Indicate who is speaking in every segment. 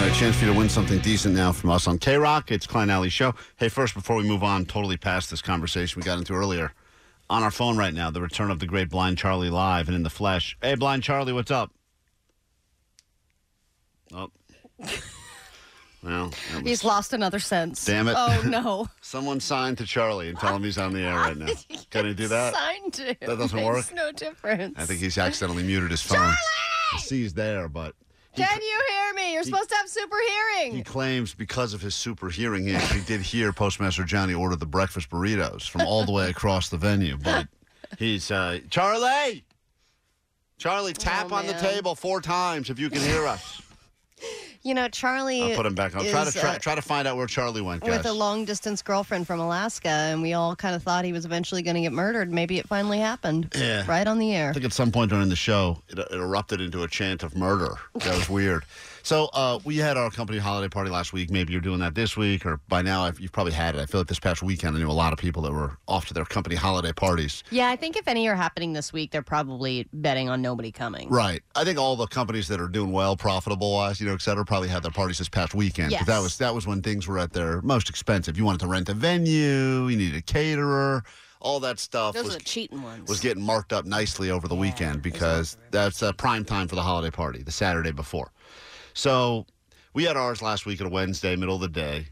Speaker 1: All right, chance for you to win something decent now from us on K Rock. It's Klein Alley Show. Hey, first, before we move on, totally past this conversation we got into earlier, on our phone right now, the return of the great Blind Charlie live and in the flesh. Hey, Blind Charlie, what's up? Oh. Well, that was-
Speaker 2: He's lost another sense.
Speaker 1: Damn it.
Speaker 2: Oh no.
Speaker 1: someone signed to Charlie and tell him he's on the air right now. Can he do that?
Speaker 2: Signed to.
Speaker 1: That doesn't
Speaker 2: Makes
Speaker 1: work?
Speaker 2: No difference.
Speaker 1: I think he's accidentally muted his phone. Charlie! I see he's there, but he,
Speaker 2: Can you hear me? You're supposed to have super hearing.
Speaker 1: he claims because of his super hearing, he actually did hear Postmaster Johnny order the breakfast burritos from all the way across the venue. But he's uh, Charlie. Charlie, tap on the
Speaker 2: Oh, man.
Speaker 1: table four times if you can hear us.
Speaker 2: you know, Charlie.
Speaker 1: I'll put him back on. Try to
Speaker 2: is,
Speaker 1: try,
Speaker 2: uh,
Speaker 1: try to find out where Charlie went, guys.
Speaker 2: with a long distance girlfriend from Alaska, and we all kind of thought he was eventually going to get murdered. Maybe it finally happened.
Speaker 1: Yeah.
Speaker 2: Right on the air.
Speaker 1: I think at some point during the show, it, it erupted into a chant of murder. That was weird. So uh, we had our company holiday party last week. Maybe you're doing that this week, or by now I've, you've probably had it. I feel like this past weekend I knew a lot of people that were off to their company holiday parties.
Speaker 2: Yeah, I think if any are happening this week, they're probably betting on nobody coming.
Speaker 1: Right. I think all the companies that are doing well, profitable wise, you know, et cetera, probably had their parties this past weekend. 'cause that
Speaker 2: Yes.
Speaker 1: was that was when things were at their most expensive. You wanted to rent a venue, you needed a caterer, all that stuff
Speaker 2: Those
Speaker 1: was
Speaker 2: are the cheating ones.
Speaker 1: was getting marked up nicely over the weekend because that's uh, prime time for the holiday party, the Saturday before. So we had ours last week on a Wednesday, middle of the day.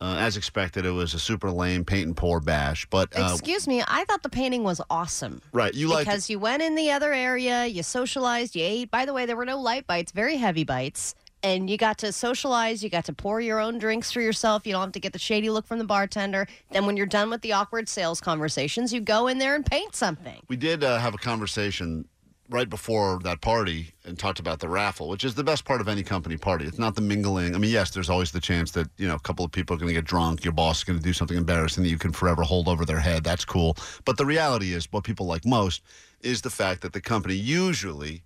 Speaker 1: Uh, as expected, it was a super lame paint and pour bash. But uh,
Speaker 2: Excuse me, I thought the painting was awesome.
Speaker 1: right, you like
Speaker 2: because you went in the other area, you socialized, you ate. By the way, there were no light bites, very heavy bites. And you got to socialize, you got to pour your own drinks for yourself. You don't have to get the shady look from the bartender. Then, when you're done with the awkward sales conversations, you go in there and paint something.
Speaker 1: we did uh, have a conversation right before that party and talked about the raffle, which is the best part of any company party. It's not the mingling. I mean, yes, there's always the chance that, you know, a couple of people are going to get drunk, your boss is going to do something embarrassing that you can forever hold over their head. That's cool. But the reality is, what people like most is the fact that the company usually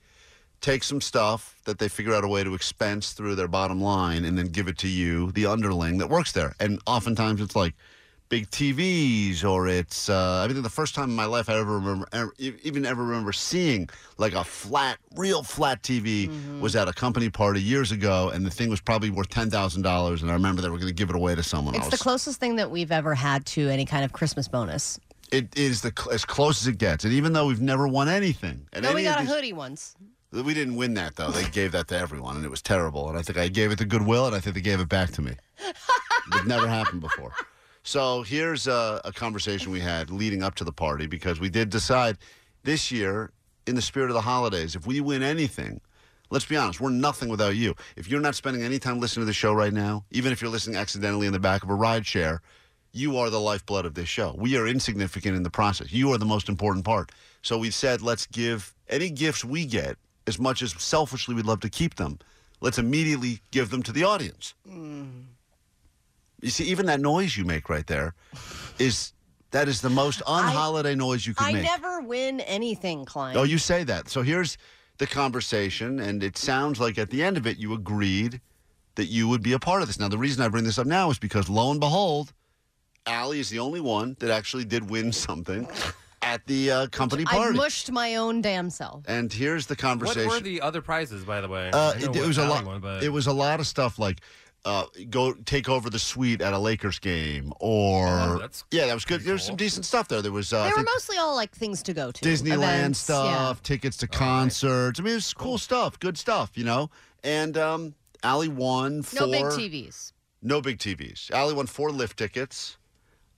Speaker 1: takes some stuff that they figure out a way to expense through their bottom line and then give it to you, the underling that works there. And oftentimes it's like, big TVs or it's uh, I think the first time in my life I ever remember ever, e- even ever remember seeing like a flat real flat TV
Speaker 2: Mm-hmm.
Speaker 1: was at a company party years ago and the thing was probably worth ten thousand dollars and I remember they were going to give it away to someone
Speaker 2: It's
Speaker 1: else.
Speaker 2: the closest thing that we've ever had to any kind of Christmas bonus.
Speaker 1: it is the cl- as close as it gets and even though we've never won anything and
Speaker 2: No, we got a hoodie once.
Speaker 1: we didn't win that though they gave that to everyone and it was terrible and I think I gave it to Goodwill and I think they gave it back to me. It never happened before. So here's a, a conversation we had leading up to the party because we did decide this year, in the spirit of the holidays, if we win anything, let's be honest, we're nothing without you. If you're not spending any time listening to the show right now, even if you're listening accidentally in the back of a ride share, you are the lifeblood of this show. We are insignificant in the process. You are the most important part. So we said, let's give any gifts we get, as much as selfishly we'd love to keep them, let's immediately give them to the audience. You see, even that noise you make right there is that is the most on-holiday noise you can
Speaker 2: I
Speaker 1: make.
Speaker 2: never win anything, Klein.
Speaker 1: oh, you say that. So here's the conversation, and it sounds like at the end of it you agreed that you would be a part of this. Now, the reason I bring this up now is because lo and behold, Allie is the only one that actually did win something at the uh, company
Speaker 2: I
Speaker 1: party.
Speaker 2: mushed my own damn self.
Speaker 1: and here's the
Speaker 3: What
Speaker 1: conversation.
Speaker 3: were the other prizes, by the way?
Speaker 1: Uh,
Speaker 3: I know
Speaker 1: it, it
Speaker 3: what
Speaker 1: was a
Speaker 3: Allie
Speaker 1: lot.
Speaker 3: won, but
Speaker 1: It was a lot of stuff like uh, go take over the suite at a Lakers game, or
Speaker 3: Oh, that's
Speaker 1: yeah, that was good.
Speaker 3: pretty
Speaker 1: There was
Speaker 3: cool.
Speaker 1: some decent stuff there. There was uh, I
Speaker 2: They were
Speaker 1: think
Speaker 2: mostly all like things to go to.
Speaker 1: Disneyland
Speaker 2: events, yeah.
Speaker 1: stuff, tickets to concerts. I mean, it was cool stuff, good stuff, you know. And um, Allie won four.
Speaker 2: No big TVs.
Speaker 1: No big TVs. Allie won four lift tickets.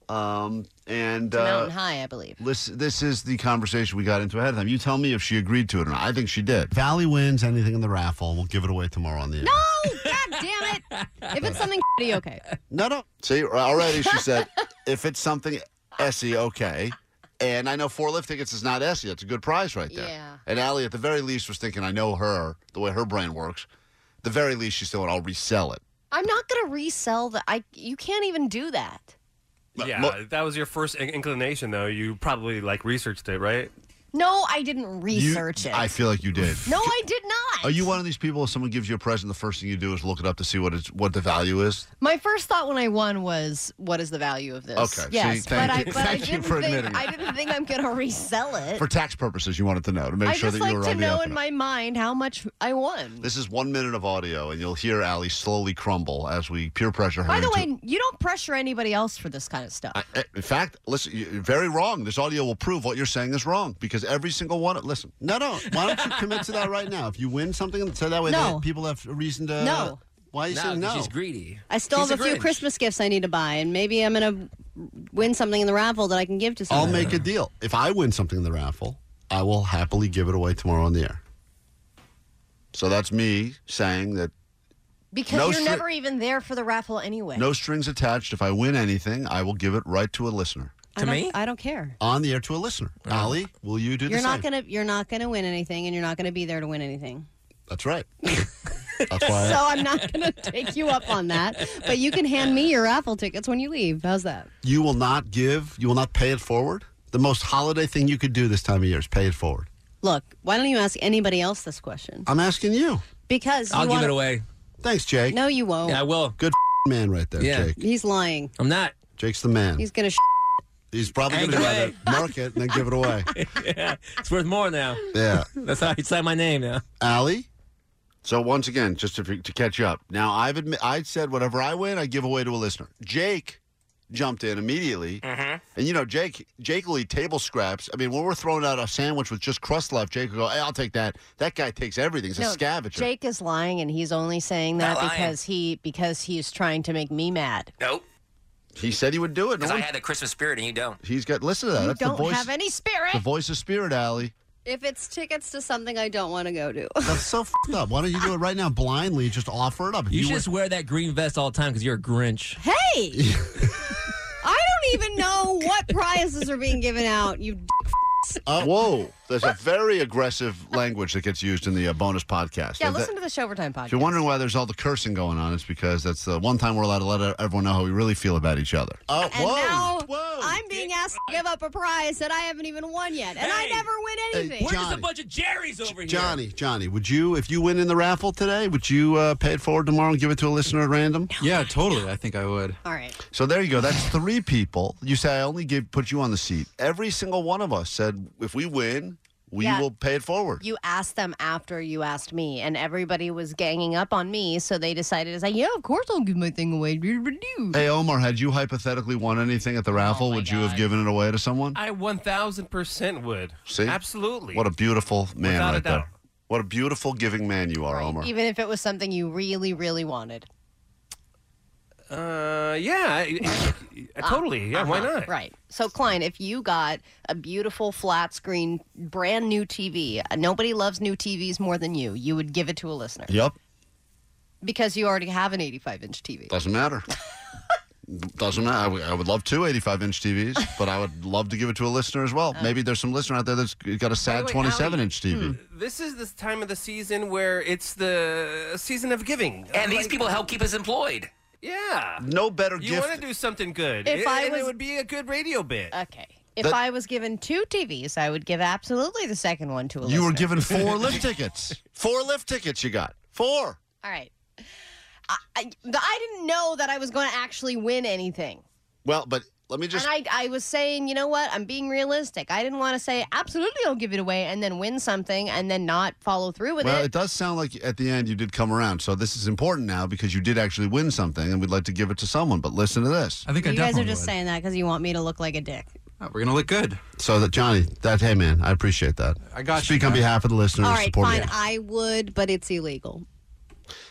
Speaker 1: Um, and
Speaker 2: It's
Speaker 1: uh,
Speaker 2: Mountain High, I believe.
Speaker 1: Listen, this is the conversation we got into ahead of time. You tell me if she agreed to it or not. I think she did. Valley wins anything in the raffle, and we'll give it away tomorrow on the air.
Speaker 2: Oh, god damn it!
Speaker 4: If it's something shitty, okay.
Speaker 1: No, no. See, already she said, if it's something Essie, okay. And I know four lift tickets is not Essie. That's a good prize right there.
Speaker 2: Yeah.
Speaker 1: And Allie, at the very least, was thinking, I know her, the way her brain works. The very least, she's thinking, I'll resell it.
Speaker 2: I'm not gonna resell the. I you can't even do that.
Speaker 1: But
Speaker 3: yeah,
Speaker 1: mo-
Speaker 3: that was your first in- inclination, though. You probably like researched it, right?
Speaker 2: No, I didn't
Speaker 1: You-
Speaker 2: research it.
Speaker 1: I feel like you did.
Speaker 2: no, I did not.
Speaker 1: Are you one of these people? If someone gives you a present, the first thing you do is look it up to see what it's what the value is.
Speaker 2: My first thought when I won was, what is the value of this?
Speaker 1: Okay, see,
Speaker 2: Yes,
Speaker 1: thank
Speaker 2: but I,
Speaker 1: you-
Speaker 2: but I
Speaker 1: thank you
Speaker 2: didn't
Speaker 1: for
Speaker 2: think
Speaker 1: admitting it.
Speaker 2: I didn't think I'm gonna resell it.
Speaker 1: For tax purposes, you wanted to know to make
Speaker 2: I
Speaker 1: sure
Speaker 2: just
Speaker 1: that you
Speaker 2: like
Speaker 1: were
Speaker 2: to
Speaker 1: on the
Speaker 2: know
Speaker 1: up
Speaker 2: in
Speaker 1: and
Speaker 2: my mind how much I won.
Speaker 1: This is one minute of audio, and you'll hear Allie slowly crumble as we peer pressure her.
Speaker 2: By the
Speaker 1: into-
Speaker 2: way, you don't pressure anybody else for this kind of stuff.
Speaker 1: I- I- Eh, in fact, listen, you- you're very wrong. This audio will prove what you're saying is wrong because every single one. of- Listen, no, no. Why don't you commit to that right now? If you win something, so that way
Speaker 2: No.
Speaker 1: that people have a reason to.
Speaker 2: No.
Speaker 1: Why are you saying no?
Speaker 5: she's greedy.
Speaker 4: I still
Speaker 5: She's
Speaker 4: have a few
Speaker 5: Grinch.
Speaker 4: Christmas gifts I need to buy, and maybe I'm gonna win something in the raffle that I can give to
Speaker 1: I'll
Speaker 4: someone.
Speaker 1: make a deal. If I win something in the raffle, I will happily give it away tomorrow on the air. So that's me saying that
Speaker 2: Because
Speaker 1: No
Speaker 2: you're
Speaker 1: stri-
Speaker 2: never even there for the raffle anyway.
Speaker 1: no strings attached. If I win anything, I will give it right to a listener.
Speaker 5: To me?
Speaker 4: I don't care.
Speaker 1: On the air to a listener. Ali, will you do the
Speaker 4: You're
Speaker 1: same?
Speaker 4: not gonna you're not gonna win anything, and you're not gonna be there to win anything.
Speaker 1: That's right. That's why.
Speaker 4: So
Speaker 1: I,
Speaker 4: I'm not gonna take you up on that. But you can hand me your raffle tickets when you leave. How's that?
Speaker 1: you will not give. You will not pay it forward. The most holiday thing you could do this time of year is pay it forward.
Speaker 4: Look, why don't you ask anybody else this question?
Speaker 1: I'm asking you.
Speaker 4: Because you
Speaker 5: I'll give
Speaker 4: wanna-
Speaker 5: it away.
Speaker 1: Thanks, Jake.
Speaker 4: No, you
Speaker 2: Oh.
Speaker 4: won't.
Speaker 5: Yeah, I will.
Speaker 1: Good man, right there,
Speaker 5: Yeah.
Speaker 1: Jake.
Speaker 4: He's lying.
Speaker 5: I'm not.
Speaker 1: Jake's the man.
Speaker 4: He's gonna. Sh-
Speaker 1: He's probably going to
Speaker 5: Hang it
Speaker 1: try to
Speaker 5: away.
Speaker 1: mark it and then give it away.
Speaker 5: It's worth more now.
Speaker 1: Yeah.
Speaker 5: That's how you sign my name now.
Speaker 1: Allie. So once again, just to, to catch up. Now I've admit I said whatever I win, I give away to a listener. Jake jumped in immediately, and you know Jake Jake will eat table scraps. I mean, when we're throwing out a sandwich with just crust left, Jake will go, "Hey, I'll take that." That guy takes everything. He's a
Speaker 2: No,
Speaker 1: scavenger.
Speaker 2: Jake is lying, and he's only saying that
Speaker 5: Not lying.
Speaker 2: because he because he is trying to make me mad.
Speaker 5: Nope.
Speaker 1: He said he would do it. No
Speaker 5: Because I
Speaker 1: one-
Speaker 5: had the Christmas spirit and you don't.
Speaker 1: he's got listen to that.
Speaker 2: You
Speaker 1: Uh, That's
Speaker 2: don't
Speaker 1: the voice.
Speaker 2: have any spirit.
Speaker 1: the voice of spirit, Allie.
Speaker 4: if it's tickets to something I don't want to go to,
Speaker 1: That's so fed up. Why don't you do it right now blindly? Just offer it up. If
Speaker 5: You, should
Speaker 1: win-
Speaker 5: just wear that green vest all the time because you're a Grinch.
Speaker 4: hey, I don't even know what prizes are being given out. You. D-
Speaker 1: Uh, whoa! There's a very aggressive language that gets used in the uh, bonus podcast.
Speaker 2: Yeah,
Speaker 1: And that-
Speaker 2: listen to the Showtime podcast.
Speaker 1: If you're wondering why there's all the cursing going on, it's because that's the one time we're allowed to let everyone know how we really feel about each other. Oh,
Speaker 4: And now I'm being asked to give up a prize that I haven't even won yet, and I
Speaker 5: Hey.
Speaker 4: never win anything.
Speaker 1: Hey,
Speaker 5: We're just a
Speaker 1: Johnny.
Speaker 5: bunch of Jerry's over here.
Speaker 1: Johnny, Johnny, would you, if you win in the raffle today, would you uh, pay it forward tomorrow and give it to a listener at random?
Speaker 6: Yeah, totally. I think I would.
Speaker 4: All right.
Speaker 1: So there you go. That's three people. You say I only give put you on the seat. Every single one of us said, if we win, we
Speaker 2: Yeah.
Speaker 1: will pay it forward.
Speaker 2: you asked them after you asked me, and everybody was ganging up on me, so they decided it's like, yeah, of course I'll give my thing away.
Speaker 1: Hey Omar, had you hypothetically won anything at the raffle, would you have given it away to someone?
Speaker 3: Oh I 1000% would.
Speaker 1: See?
Speaker 3: Absolutely.
Speaker 1: What a beautiful man
Speaker 3: Without a
Speaker 1: right
Speaker 3: doubt.
Speaker 1: there. What a beautiful giving man you are, Omar.
Speaker 2: Even if it was something you really, really wanted.
Speaker 3: Uh, yeah. I- I- totally. Yeah, why
Speaker 2: Uh-huh,
Speaker 3: not?
Speaker 2: Right. So, Klein, if you got a beautiful flat screen, brand new TV, uh, nobody loves new TVs more than you, you would give it to a listener
Speaker 1: Yep.
Speaker 2: because you already have an 85 inch TV.
Speaker 1: Doesn't matter. Doesn't matter. I would- I would love two 85 inch TVs, but I would love to give it to a listener as well. Maybe there's some listener out there that's got a sad
Speaker 3: Oh. Wait, Hmm. wait,
Speaker 1: 27
Speaker 3: Allie.
Speaker 1: inch TV.
Speaker 3: This is the time of the season where it's the season of giving.
Speaker 5: And these people help keep us employed.
Speaker 3: Yeah.
Speaker 1: No better
Speaker 3: You
Speaker 1: gift.
Speaker 3: want to do something good.
Speaker 2: If
Speaker 3: It-
Speaker 2: I
Speaker 3: and
Speaker 2: was-
Speaker 3: it would be a good radio bit.
Speaker 2: Okay. If
Speaker 1: That-
Speaker 2: I was given two TVs, I would give absolutely the second one to a
Speaker 1: you were
Speaker 2: listener.
Speaker 1: given four lift tickets. Four lift tickets you got. Four.
Speaker 2: All right. I, I, I didn't know that I was going to actually win anything.
Speaker 1: Well, but let me just.
Speaker 2: and I, I was saying, you know what? I'm being realistic. I didn't want to say, absolutely, I'll give it away and then win something and then not follow through with
Speaker 1: well,
Speaker 2: it.
Speaker 1: it does sound like at the end you did come around. So this is important now because you did actually win something and we'd like to give it to someone. But listen to this.
Speaker 6: I think I
Speaker 4: You guys
Speaker 6: definitely
Speaker 4: are just
Speaker 6: would.
Speaker 4: saying that because you want me to look like a dick.
Speaker 6: Oh, we're gonna look good.
Speaker 1: So that, Johnny, that, hey man, I appreciate that.
Speaker 6: I got you,
Speaker 1: Speak on
Speaker 6: man.
Speaker 1: behalf of the listeners
Speaker 4: All right,
Speaker 1: supporting
Speaker 4: fine. I would, but it's illegal.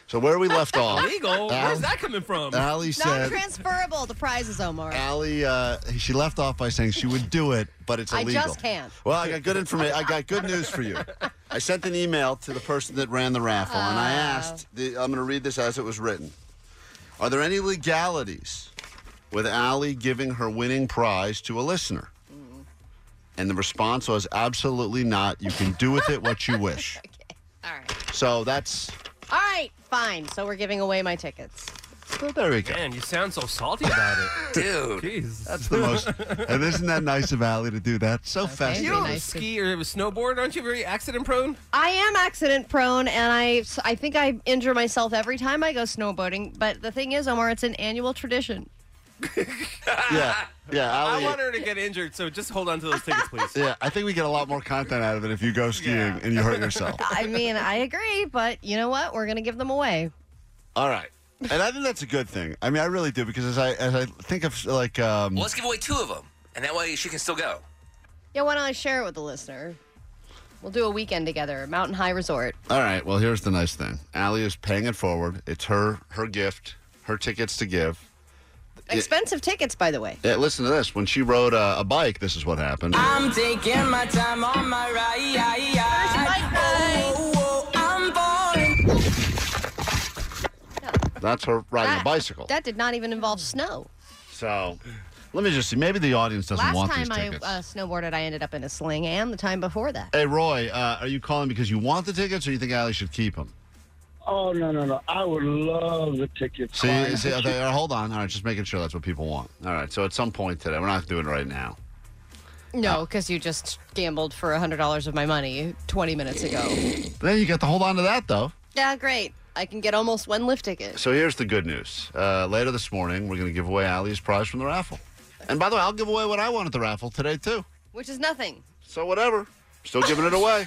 Speaker 1: So where we left off,
Speaker 3: Legal? Where's
Speaker 1: Al-
Speaker 3: that coming from?
Speaker 1: Allie
Speaker 2: Non
Speaker 1: said.
Speaker 2: transferable. The prize is Omar.
Speaker 1: Allie, uh, she left off by saying she would do it, but it's
Speaker 2: I
Speaker 1: illegal.
Speaker 2: just can't.
Speaker 1: Well, I got good information. I got good news for you. I sent an email to the person that ran the raffle, and I
Speaker 2: Oh.
Speaker 1: asked. The, I'm going to read this as it was written. Are there any legalities with Allie giving her winning prize to a listener?
Speaker 2: Mm.
Speaker 1: And the response was absolutely not. You can do with it what you wish.
Speaker 2: All right.
Speaker 1: So that's
Speaker 2: All right. Fine. So we're giving away my tickets.
Speaker 1: well, there we go.
Speaker 3: Man, you sound so salty about it.
Speaker 5: Dude.
Speaker 3: Jeez.
Speaker 1: That's the most. and isn't that nice of Allie to do that? So fast.
Speaker 3: you
Speaker 2: Very
Speaker 3: don't
Speaker 2: nice to-
Speaker 3: ski or snowboard, aren't you very accident prone?
Speaker 2: I am accident prone, and I I think I injure myself every time I go snowboarding. But the thing is, Omar, it's an annual tradition.
Speaker 1: Yeah, yeah. Allie,
Speaker 3: I want her to get injured, so just hold on to those tickets, please.
Speaker 1: Yeah, I think we get a lot more content out of it if you go skiing and you hurt yourself.
Speaker 2: I mean, I agree, but you know what? We're gonna give them away.
Speaker 1: All right. And I think that's a good thing. I mean, I really do because as I as I think of like um
Speaker 5: Well, let's give away two of them, and that way she can still go.
Speaker 2: Yeah, why don't I share it with the listener? We'll do a weekend together, Mountain High Resort.
Speaker 1: all right, well, here's the nice thing. Allie is paying it forward. It's her her gift, her tickets to give.
Speaker 2: Expensive tickets, by the way.
Speaker 1: Yeah, listen to this. When she rode uh, a bike, this is what happened.
Speaker 2: Um,
Speaker 7: I'm taking my time on my ride. Oh, oh, oh, I'm falling.
Speaker 1: That's her riding
Speaker 2: That-
Speaker 1: a bicycle.
Speaker 2: That did not even involve snow.
Speaker 1: so, let me just see. Maybe the audience doesn't
Speaker 2: Last
Speaker 1: want
Speaker 2: time
Speaker 1: these
Speaker 2: I
Speaker 1: tickets.
Speaker 2: uh, snowboarded, I ended up in a sling, and the time before that.
Speaker 1: hey, Roy, uh, are you calling because you want the tickets or you think Allie should keep them?
Speaker 8: Oh no no no! I would love the tickets.
Speaker 1: See,
Speaker 8: Fine.
Speaker 1: see okay, all right, hold on. All right, just making sure that's what people want. All right, so at some point today, we're not doing it right now.
Speaker 2: No, because you just gambled for $100 of my money 20 minutes ago.
Speaker 1: Then you get to hold on to that, though.
Speaker 2: yeah, great. I can get almost one lift ticket.
Speaker 1: So here's the good news. Uh, later this morning, we're going to give away Allie's prize from the raffle. And by the way, I'll give away what I won at the raffle today, too.
Speaker 2: Which is nothing.
Speaker 1: So whatever. Still giving it away.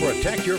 Speaker 9: Protect your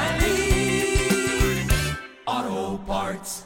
Speaker 7: Auto parts.